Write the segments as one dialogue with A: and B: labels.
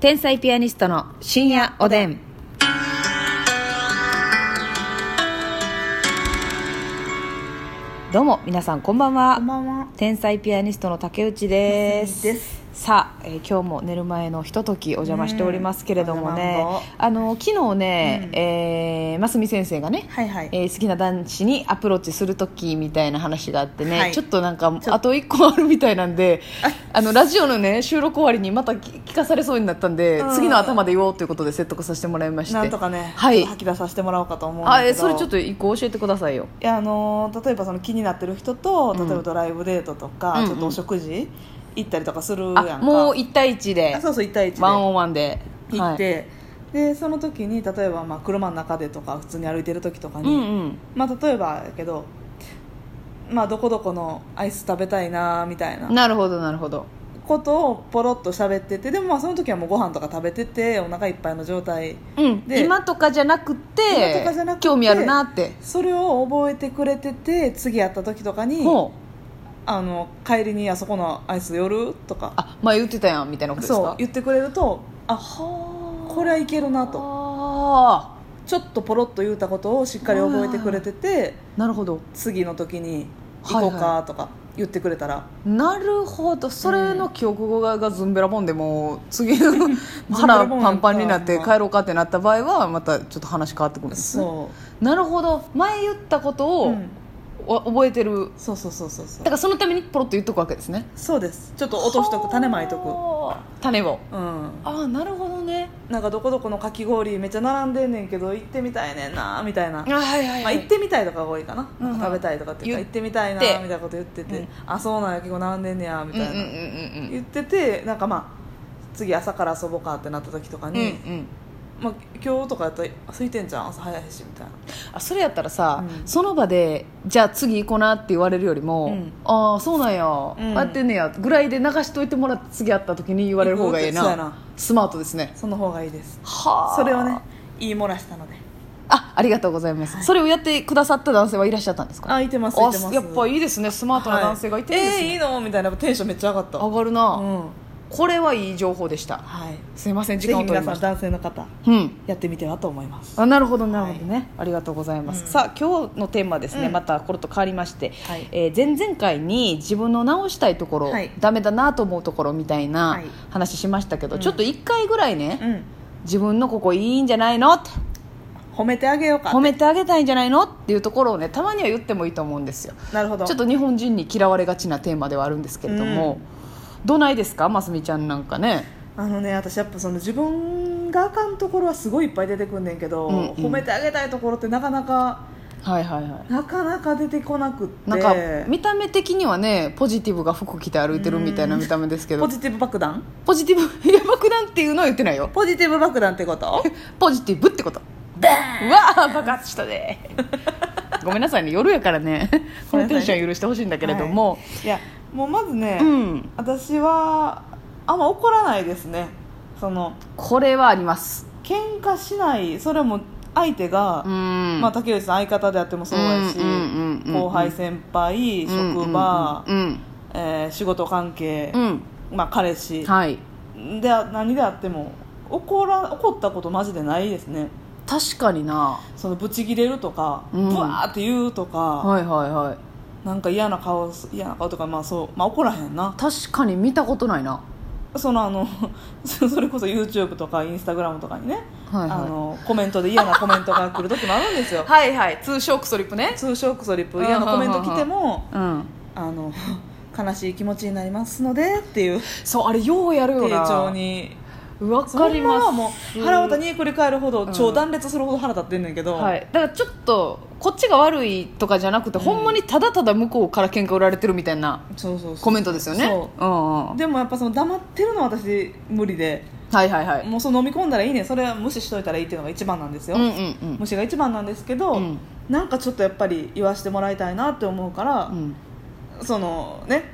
A: 天才ピアニストの深夜おでんどうも皆さんこんばんは
B: こんばんは。
A: 天才ピアニストの竹内です
B: 竹内です
A: さあ、えー今日も寝る前のひとときお邪魔しておりますけれども
B: う
A: ね
B: んお邪魔んぼ
A: あの昨日ね、
B: うん
A: えーますみ先生がね、
B: はいはい。
A: えー好きな男子にアプローチする時みたいな話があってね、
B: はい
A: ちょっとなんかあと1個あるみたいなんであのラジオのね収録終わりにまたき聞かされそうになったんで、
B: うん
A: 次の頭で言おうということで説得させてもらいまして
B: なんとかね、
A: はい
B: ちょっと吐き出させてもらおうかと思うんだ
A: あ
B: け
A: え
B: ど。
A: それちょっ
B: い
A: と1個教えてくださいよ
B: やあのー例えばその気になってる人と
A: うん
B: 例えばドライブデートとか、
A: うんうん
B: ちょっとお食事行ったりとかするやんか。
A: あもう1対1で
B: あそうそう一対一で
A: ワン
B: 行
A: オンワンで
B: っ、て、でその時に例えばまあ車の中でとか普通に歩いてる時とか
A: はい
B: に、
A: うんうん
B: まあ例えばやけど。まあ、どこどこのアイス食べたいなみたいな
A: なるほどなるほど
B: ことをポロッと喋っててでもまあその時はもうご飯とか食べててお腹いっぱいの状態
A: うん
B: で
A: 今とかじゃなくて
B: 今とかじゃなくて
A: 興味あるなって
B: それを覚えてくれてて次会った時とかに
A: もう
B: あの帰りにあそこのアイス寄るとか
A: あ前言ってたやんみたいなことですか
B: そう言ってくれるとあ
A: は
B: これはいけるなと
A: と
B: ちょっとポロッと言ったことをしっかり覚えてくれてて
A: なるほど
B: 次の時に行こう
A: はい
B: かとか言ってくれたら、
A: なるほどそれの記憶語がズンベラボンでもう次の
B: ズンベラ
A: 腹
B: ボン
A: パンパンになっ
B: や
A: て
B: ったら
A: 帰ろうかってなった場合はまたちょっと話変わってくるんですね
B: そ
A: なるほど前言ったこと
B: う、
A: を
B: うん
A: お覚えてる
B: そうそうそうそうそ
A: だ
B: う
A: からそのためにポロッと言っとくわけですね
B: そうですちょっと落としとく種まいと
A: はあ種を
B: くうん
A: ああなるほどね
B: なんかどこどこのかき氷めっちゃ並んでんねんけど行ってみたいねんなみたいな
A: あはいはい
B: まあ、行ってみたいとかが多いかな、
A: うんうん
B: 食べたいとかっていう
A: 言
B: か
A: っ
B: 行ってみたいなみ
A: て
B: たいなこと言ってて、
A: うん
B: あそうなんや結構並んでんねやみ
A: うん
B: た
A: うん
B: いな、
A: うんうん
B: 言っててなんかまあ次朝から遊ぼうかってなった時とか
A: うんう
B: に、
A: んうん
B: まあ、今日とかやったら空いてんじゃん朝早いしみたいな
A: あそれやったらさ、
B: うん
A: その場でじゃあ次行こうなって言われるよりも、
B: うん
A: ああそうなんや、
B: ん
A: やってんねやぐらいで流しといてもらって次会った時に言われる方がええな
B: 行くそうやな
A: スマートですね
B: その方がいいです
A: は
B: それをね言い漏らしたので
A: あありがとうございます、それをやってくださった男性はいらっしゃったんですか
B: あいてますいてます
A: やっぱいいですねスマートな男性がいてるんです
B: はいえー、いい
A: ね、
B: のみたいなテンションめっちゃ上がった
A: 上がるな、
B: うん
A: これはいい情報でした
B: はい
A: すいません時
B: ぜ
A: 間
B: ひ
A: を取
B: 皆
A: りま
B: さ
A: し
B: ん
A: た
B: 男性の方
A: うん
B: やってみてはと思います
A: あなるほどなるほどね、ありがとうございます、さあ今日のテーマはですね、
B: うん
A: またコロッと変わりまして、
B: はい
A: えー前々回に自分の直したいところ、
B: はい
A: ダメだなと思うところみたいな
B: はい
A: 話しましたけど、
B: うん
A: ちょっと1回ぐらいね、
B: うん
A: 自分のここいいんじゃないのって
B: 褒めてあげようか
A: 褒めてあげたいんじゃないのっていうところをねたまには言ってもいいと思うんですよ
B: なるほど
A: ちょっと日本人に嫌われがちなテーマではあるんですけれども、どないですかますみちゃんなんかね
B: あのね私やっぱその自分があかんところはすごいいっぱい出てくんねんけど、
A: うんうん
B: 褒めてあげたいところってなかなか
A: はいはいはい
B: なかなか出てこなくって
A: なんか見た目的にはねポジティブが服着て歩いてるみたいな見た目ですけど
B: ポジティブ爆弾
A: ポジティブ いや爆弾っていうのは言ってないよ
B: ポジティブ爆弾ってこと
A: ポジティブってこと
B: バ
A: うわあ爆発したね ごめんなさいね夜やから ねこのテンション許してほしいんだけれども、
B: ーンいやもうまずね、
A: うん
B: 私はあんま怒らないですねその
A: これはあります
B: 喧嘩しないそれも相手が、
A: うん
B: まあ、竹内さん相方であってもそうやし、
A: うんうんうんうん
B: 後輩先輩職場、
A: うん
B: えー仕事関係、
A: うん、うん
B: まあ、彼氏、
A: はい
B: で何であっても怒ら怒ったことマジでないですね
A: 確かにな
B: そのブチギレるとか、
A: うん
B: ブワーって言うとか、
A: はいはいはい
B: なんか嫌な顔す嫌な顔とかまあそうまあ怒らへんな
A: 確かに見たことないな
B: そのあ のそそれこそ YouTube とか Instagram とかにね、
A: はいはい
B: あのコメントで嫌なコメントが来る時もあるんですよ
A: はいはい通称クソリップね
B: 通称クソリップ嫌なコメント来ても
A: うん
B: あの悲しい気持ちになりますのでっていう
A: そうあれようやるよ
B: 丁
A: な
B: 重に
A: わか
B: そ
A: り
B: ん
A: ま
B: な
A: す
B: はもう腹渡に繰り返るほど、
A: うん
B: 超断裂するほど腹立ってんねんけど、
A: はい、だからちょっとこっちが悪いとかじゃなくて、ほんまにただただ向こうから喧嘩売られてるみたいな
B: そうそうそう
A: コメントですよね
B: そ
A: うんうん、
B: でもやっぱその黙ってるのは私無理で
A: はいはいはい
B: もうその飲み込んだらいいねそれは無視しといたらいいっていうのが一番なんですよ、
A: うんうん
B: 無視が一番なんですけど、
A: うん
B: なんかちょっとやっぱり言わしてもらいたいなって思うから
A: う、ん、
B: そのね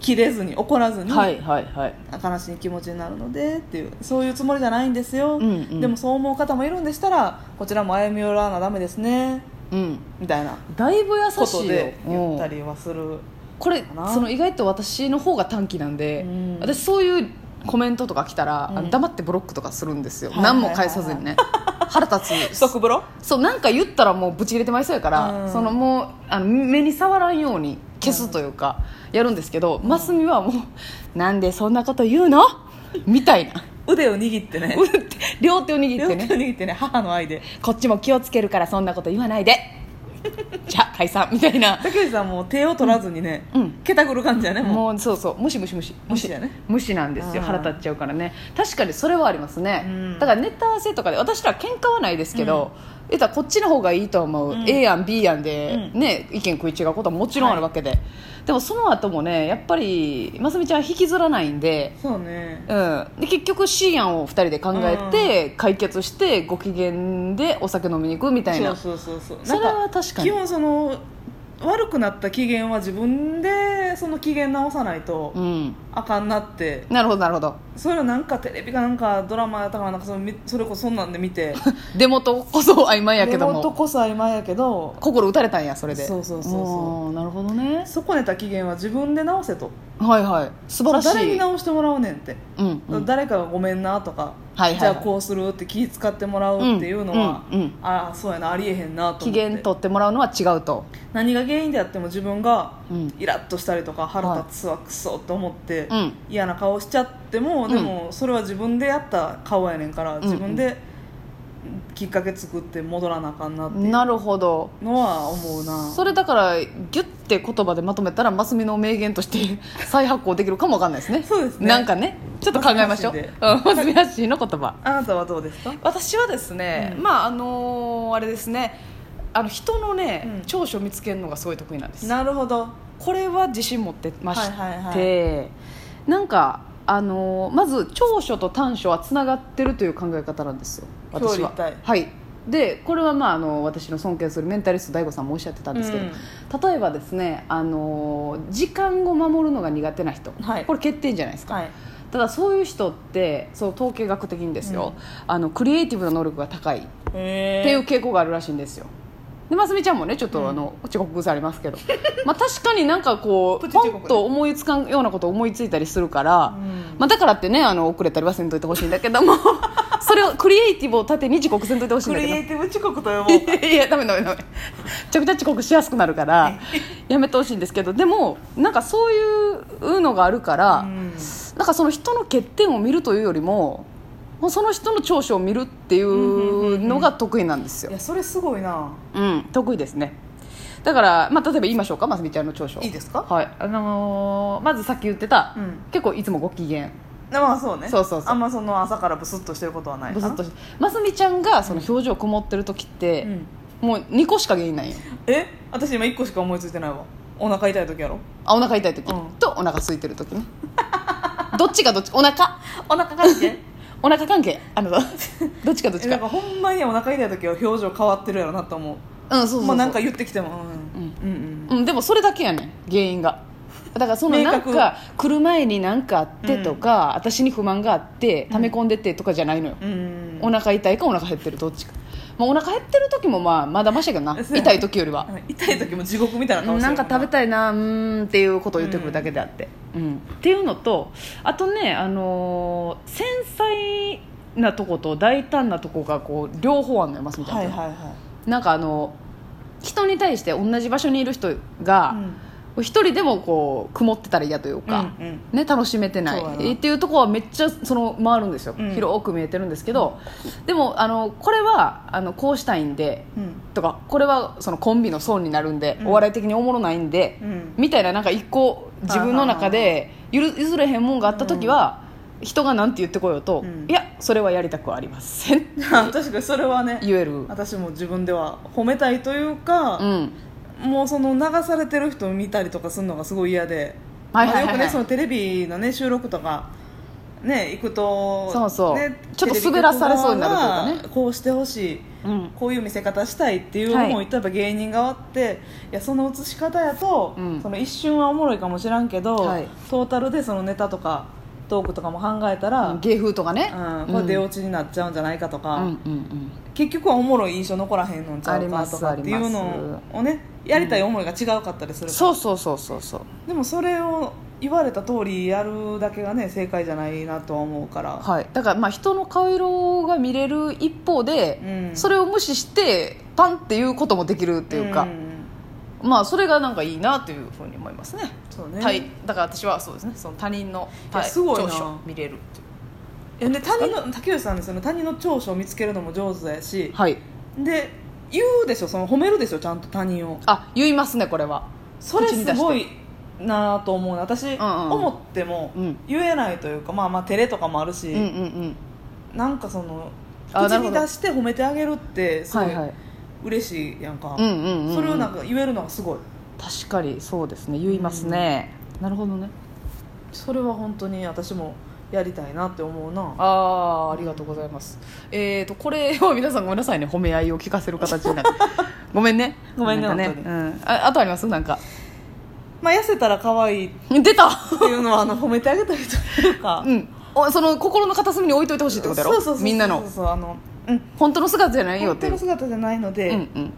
B: 切れずに怒らず
A: う
B: に、
A: ん、はいはいはい
B: 悲しい気持ちになるのでっていうそういうつもりじゃないんですよ、
A: うんうん
B: でもそう思う方もいるんでしたらこちらも歩み寄らなダメですね
A: うん
B: みたいな
A: だいぶ
B: こ
A: 優
B: と
A: しいよ
B: で言った
A: うん
B: りはする
A: これ
B: かな
A: その意外と私の方が短気なんで、
B: うん
A: 私そういうコメントとか来たら、あの黙ってブロックとかするんですよ、
B: はいはいはい
A: 何も返さずにね腹立つ
B: 即風呂
A: そうなんか言ったらもうブチ切れてまいそうやから、
B: うん
A: そのもうあの目に触らんように消すというか、やるんですけど真澄はもう「なんでそんなこと言うの?」 みたいな
B: 腕を握ってね
A: 両手を握っ
B: 両
A: て
B: 手を
A: ね
B: 握ってね母の愛で
A: こっちも気をつけるからそんなこと言わないでじゃあ解散みたいな
B: 竹内さんも手を取らずにね、
A: うんうん
B: けたぐる感じやねもう
A: もうそうそう無視無視無視
B: 無視やね
A: 無視なんですよ
B: うん
A: 腹立っちゃうからね確かにそれはありますね、
B: うん
A: だからネタ合わせとかで私ら喧嘩はないですけど、言ったらこっちの方がいいとは思う、
B: ん
A: A 案 B 案で、
B: う
A: ね、意見食い違うことはもちろんあるわけで、でもその後もねやっぱりますみちゃんは引きずらないんで,、
B: そうね
A: うん、で結局 C 案を2人で考えて、解決してご機嫌でお酒飲みに行くみたいな
B: そうそうそうそう
A: それは確かに
B: 基本その悪くなった機嫌は自分でその機嫌直さないと
A: うん、
B: あかんなって、
A: なるほどなるほど
B: それをなんかテレビかなんかドラマやったからなんかそのみそれこそそんなんで見て
A: デモとこそ曖 昧やけども
B: 根元こそ曖昧やけど
A: 心打たれたんやそれで
B: そうそうそうそう
A: あーなるほどね
B: 損ねた機嫌は自分で直せと
A: はいはい素晴らしい
B: 誰に直してもらうねんって、
A: うんうん
B: 誰かがごめんなとか、
A: はいはいはい
B: じゃあこうするって気使ってもらうっていうのは、
A: うんうんうん
B: ああそうやなありえへんなと
A: 機
B: 思って
A: 嫌取ってもらうのは違うと
B: 何が原因であっても自分が
A: うん
B: イラッとしたりとか腹立つわクソと思って、
A: うん
B: 嫌な顔しちゃっても、
A: うん
B: でもそれは自分でやった顔やねんから
A: ん
B: 自分できっかけ作って戻らなあかんなっていう
A: なるほど
B: のは思うな
A: それだからギュッて言葉でまとめたらますみの名言として 再発行できるかもわかんないですね
B: そうですね
A: なんかねちょっと考えましょう
B: ますみ発
A: ますみ発信の言葉
B: あなたはどうですか
A: 私はですね、
B: うん
A: まああのーあれですねあの人のね、
B: うん
A: 長所を見つけるのがすごい得意なんです
B: なるほど
A: これは自信持ってまして、
B: はいはい
A: なんかあのーまず長所と短所はつながってるという考え方なんですよ私は
B: 表裏一体
A: はいでこれはまああの私の尊敬するメンタリスト DAIGO さんもおっしゃってたんですけど、例えばですねあのー時間を守るのが苦手な人、
B: はい
A: これ欠点じゃないですか、
B: はい
A: ただそういう人ってそう統計学的にですよ、あのクリエイティブな能力が高いっ
B: へ
A: ていう
B: え
A: 傾向があるらしいんですよでますみちゃんもねちょっと、あの遅刻癖ありますけど まあ確かになんかこう
B: プチ遅
A: ポ
B: 刻ね
A: ンと思いつかんようなことを思いついたりするから、
B: ん
A: まあ、だからってねあの遅れたりはせんといてほしいんだけども それをクリエイティブを盾に遅刻せんといてほしいん
B: ク
A: だけ
B: リ
A: ど
B: エイティブ遅刻と呼ぼう
A: いやいやダメダメダメめちゃくちゃ遅刻しやすくなるからやめてほしいんですけどでもなんかそういうのがあるから、
B: うん
A: なんかその人の欠点を見るというよりももうその人の長所を見るっていうのが得意なんです
B: い
A: よ、
B: やそれすごいな
A: うん、得意ですねだから、まあ、例えば言いましょうかますみちゃんの長所
B: いいですか
A: はいあのーまずさっき言ってた、
B: うん
A: 結構いつもご機嫌
B: まあそうね
A: そうそうそう
B: あんまその朝からブスッとしてることはない
A: ブ
B: か
A: ス
B: な
A: ッとしますみちゃんがその表情こもってる時って、
B: うん
A: もう2個しか原因ないよ
B: え私今1個しか思いついてないわお腹痛い時やろ
A: あお腹痛い時、
B: うん
A: とお腹空いてる時ね どっちがどっちお腹
B: お腹かいて
A: お腹関係 あのどっちかどっ
B: え
A: ち
B: な
A: か
B: んかほんまにお腹痛い時は表情変わってるやろなと思う
A: うんそうそうそう、
B: もうなんか言ってきてもうんうんうん
A: うん、でもそれだけやねん原因がだからその
B: 明
A: なん
B: 確
A: か来る前に何かあってとか、私に不満があって溜め込んでてとかじゃないのよ、
B: うん
A: お腹痛いかお腹減ってるどっちか、まあ、お腹減ってる時もまあまだましやけどな
B: そうやね
A: 痛い時よりは
B: 痛い時も地獄みたいな顔して
A: な
B: る
A: んか食べ
B: べ
A: たいなうーんっていうことを言ってくるだけであって、うんっていうのとあとね、あのー繊細なとこと大胆なとこがこう両方あんのよますみたいな、
B: はいはいは
A: なんかあの人に対して同じ場所にいる人
B: い
A: が一、人でもこう曇ってたら嫌というか、
B: うんうん
A: ね、楽しめてな
B: そうやない
A: っていうところはめっちゃその回るんですよ、
B: うん
A: 広く見えてるんですけど、でもあのこれはあのこうしたいんで
B: うん
A: とかこれはそのコンビの損になるんで、
B: うん
A: お笑い的におもろないんで、
B: うん
A: みたいななんか一個自分の中でゆる譲れへんもんがあった時は、人がなんて言ってこようと、
B: うん
A: いやそれはやりたくはありませんって
B: 確かにそれはね
A: 言える、
B: 私も自分では褒めたいという
A: う
B: か、
A: ん、
B: もうその流されてる人を見たりとかするのがすごい嫌で、
A: はいはいはいはい
B: まあよくねそのテレビのね収録とかね行くと
A: そうそう
B: ね
A: ちょっと滑らされそうになるというかね
B: テレビ局側はこうしてほしい
A: うん
B: こういう見せ方したいっていう思いとやっぱ芸人側っていやその映し方やと、
A: うん
B: その一瞬はおもろいかもしらんけど、
A: はい
B: トータルでそのネタとかトークとかも考えたら、うん
A: 芸風とかね、
B: これ出落ちになっちゃうんじゃないかと
A: う
B: か、
A: んうんうん
B: 結局はおもろい印象残らへんのんちゃうかとかっていうのをねやりたい思いが違うかったりするから、
A: そうそうそうそうそう
B: でもそれを言われた通りやるだけがね正解じゃないなとは思うから、
A: はい、だからまあ人の顔色が見れる一方で、
B: うん
A: それを無視してパンっていうこともできるっていうか、
B: ん
A: まあそれがなんかいいなというふうに思いますね
B: そうね
A: 対だから私はそうですねその他人の
B: いや
A: はい
B: すごいな
A: 長所を見れるってい
B: えで他人の竹内さんねその他人の長所を見つけるのも上手やし
A: うはい
B: で言うでしょその褒めるでしょちゃんと他人を
A: あ言いますねこれは
B: それ
A: 口に出
B: す
A: して
B: ごいなと思うな私、
A: んうん
B: 思っても
A: うん
B: 言えないというか、まあまあ照れとかもあるし、
A: うんうんうん
B: なんかその
A: あ
B: 口
A: なる
B: に
A: ほど
B: 出して褒めてあげるってすごい
A: はいはい
B: 嬉しいやんか、
A: うんうんうんうん
B: それをなんか言えるのがすごい
A: 確かにそうですね言いますね、なるほどね
B: それは本当に私もやりたいなって思うな
A: あーありがとうございますえー、とこれは皆さんごめんなさいね褒め合いを聞かせる形 になるごめんね
B: ごめんね
A: なか
B: 本当
A: うん、ああとありますなんか
B: まあ痩せたら可愛いっ
A: 出 た
B: ていうのはあの褒めてあげたりとか、
A: うんおその心の片隅に置いといてほしいってことやろ
B: そうそうそうそう
A: みんな
B: そう
A: の
B: そうあのうん
A: 本当の姿じゃないよっ
B: 本
A: て
B: 当
A: いう
B: の姿じゃないので、
A: うんうん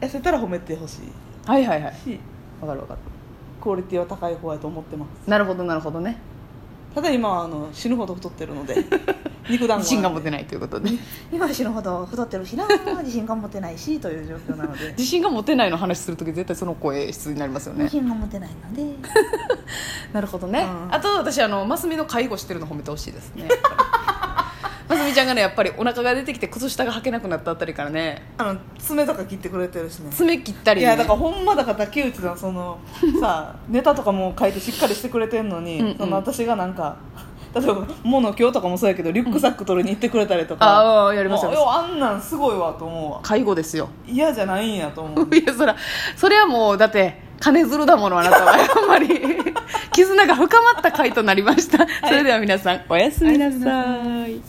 B: 痩せたら褒めてほし
A: はいはいはい
B: いし
A: わかるわかる
B: クオリティは高い方やと思ってます
A: なるほどなるほどね
B: ただ今はあの死ぬほど太ってる ので肉団子なんで
A: 自信が持てないということで
B: 今は死ぬほど太ってるしな自信が持てないしという状況なので
A: 自信が持てないの話するとき絶対その声質になりますよね
B: 信が持てないので
A: なるほどね、
B: うん
A: あと私あのマスミの介護してるの褒めてほしいです ねマスミちゃんがねやっぱりお腹が出てきて靴下が履けなくなったあたりからね
B: あの爪とか切ってくれてるしね
A: 爪切ったり、
B: い
A: ね、
B: やだからほんまだから竹内さんそのさネタとかも書いてしっかりしてくれてんのに
A: うんうん
B: その私がなんか例えば物今日とかもそうやけどリュックサック取りに行ってくれたりとか、
A: ああやります
B: も
A: よ
B: うようあんなんすごいわと思うわ
A: 介護ですよ
B: 嫌じゃないんやと思 う
A: いやそらそれはもうだって金づるだものあなた はやっぱり絆が深まった回となりましたそれでは皆さんおやすみなさい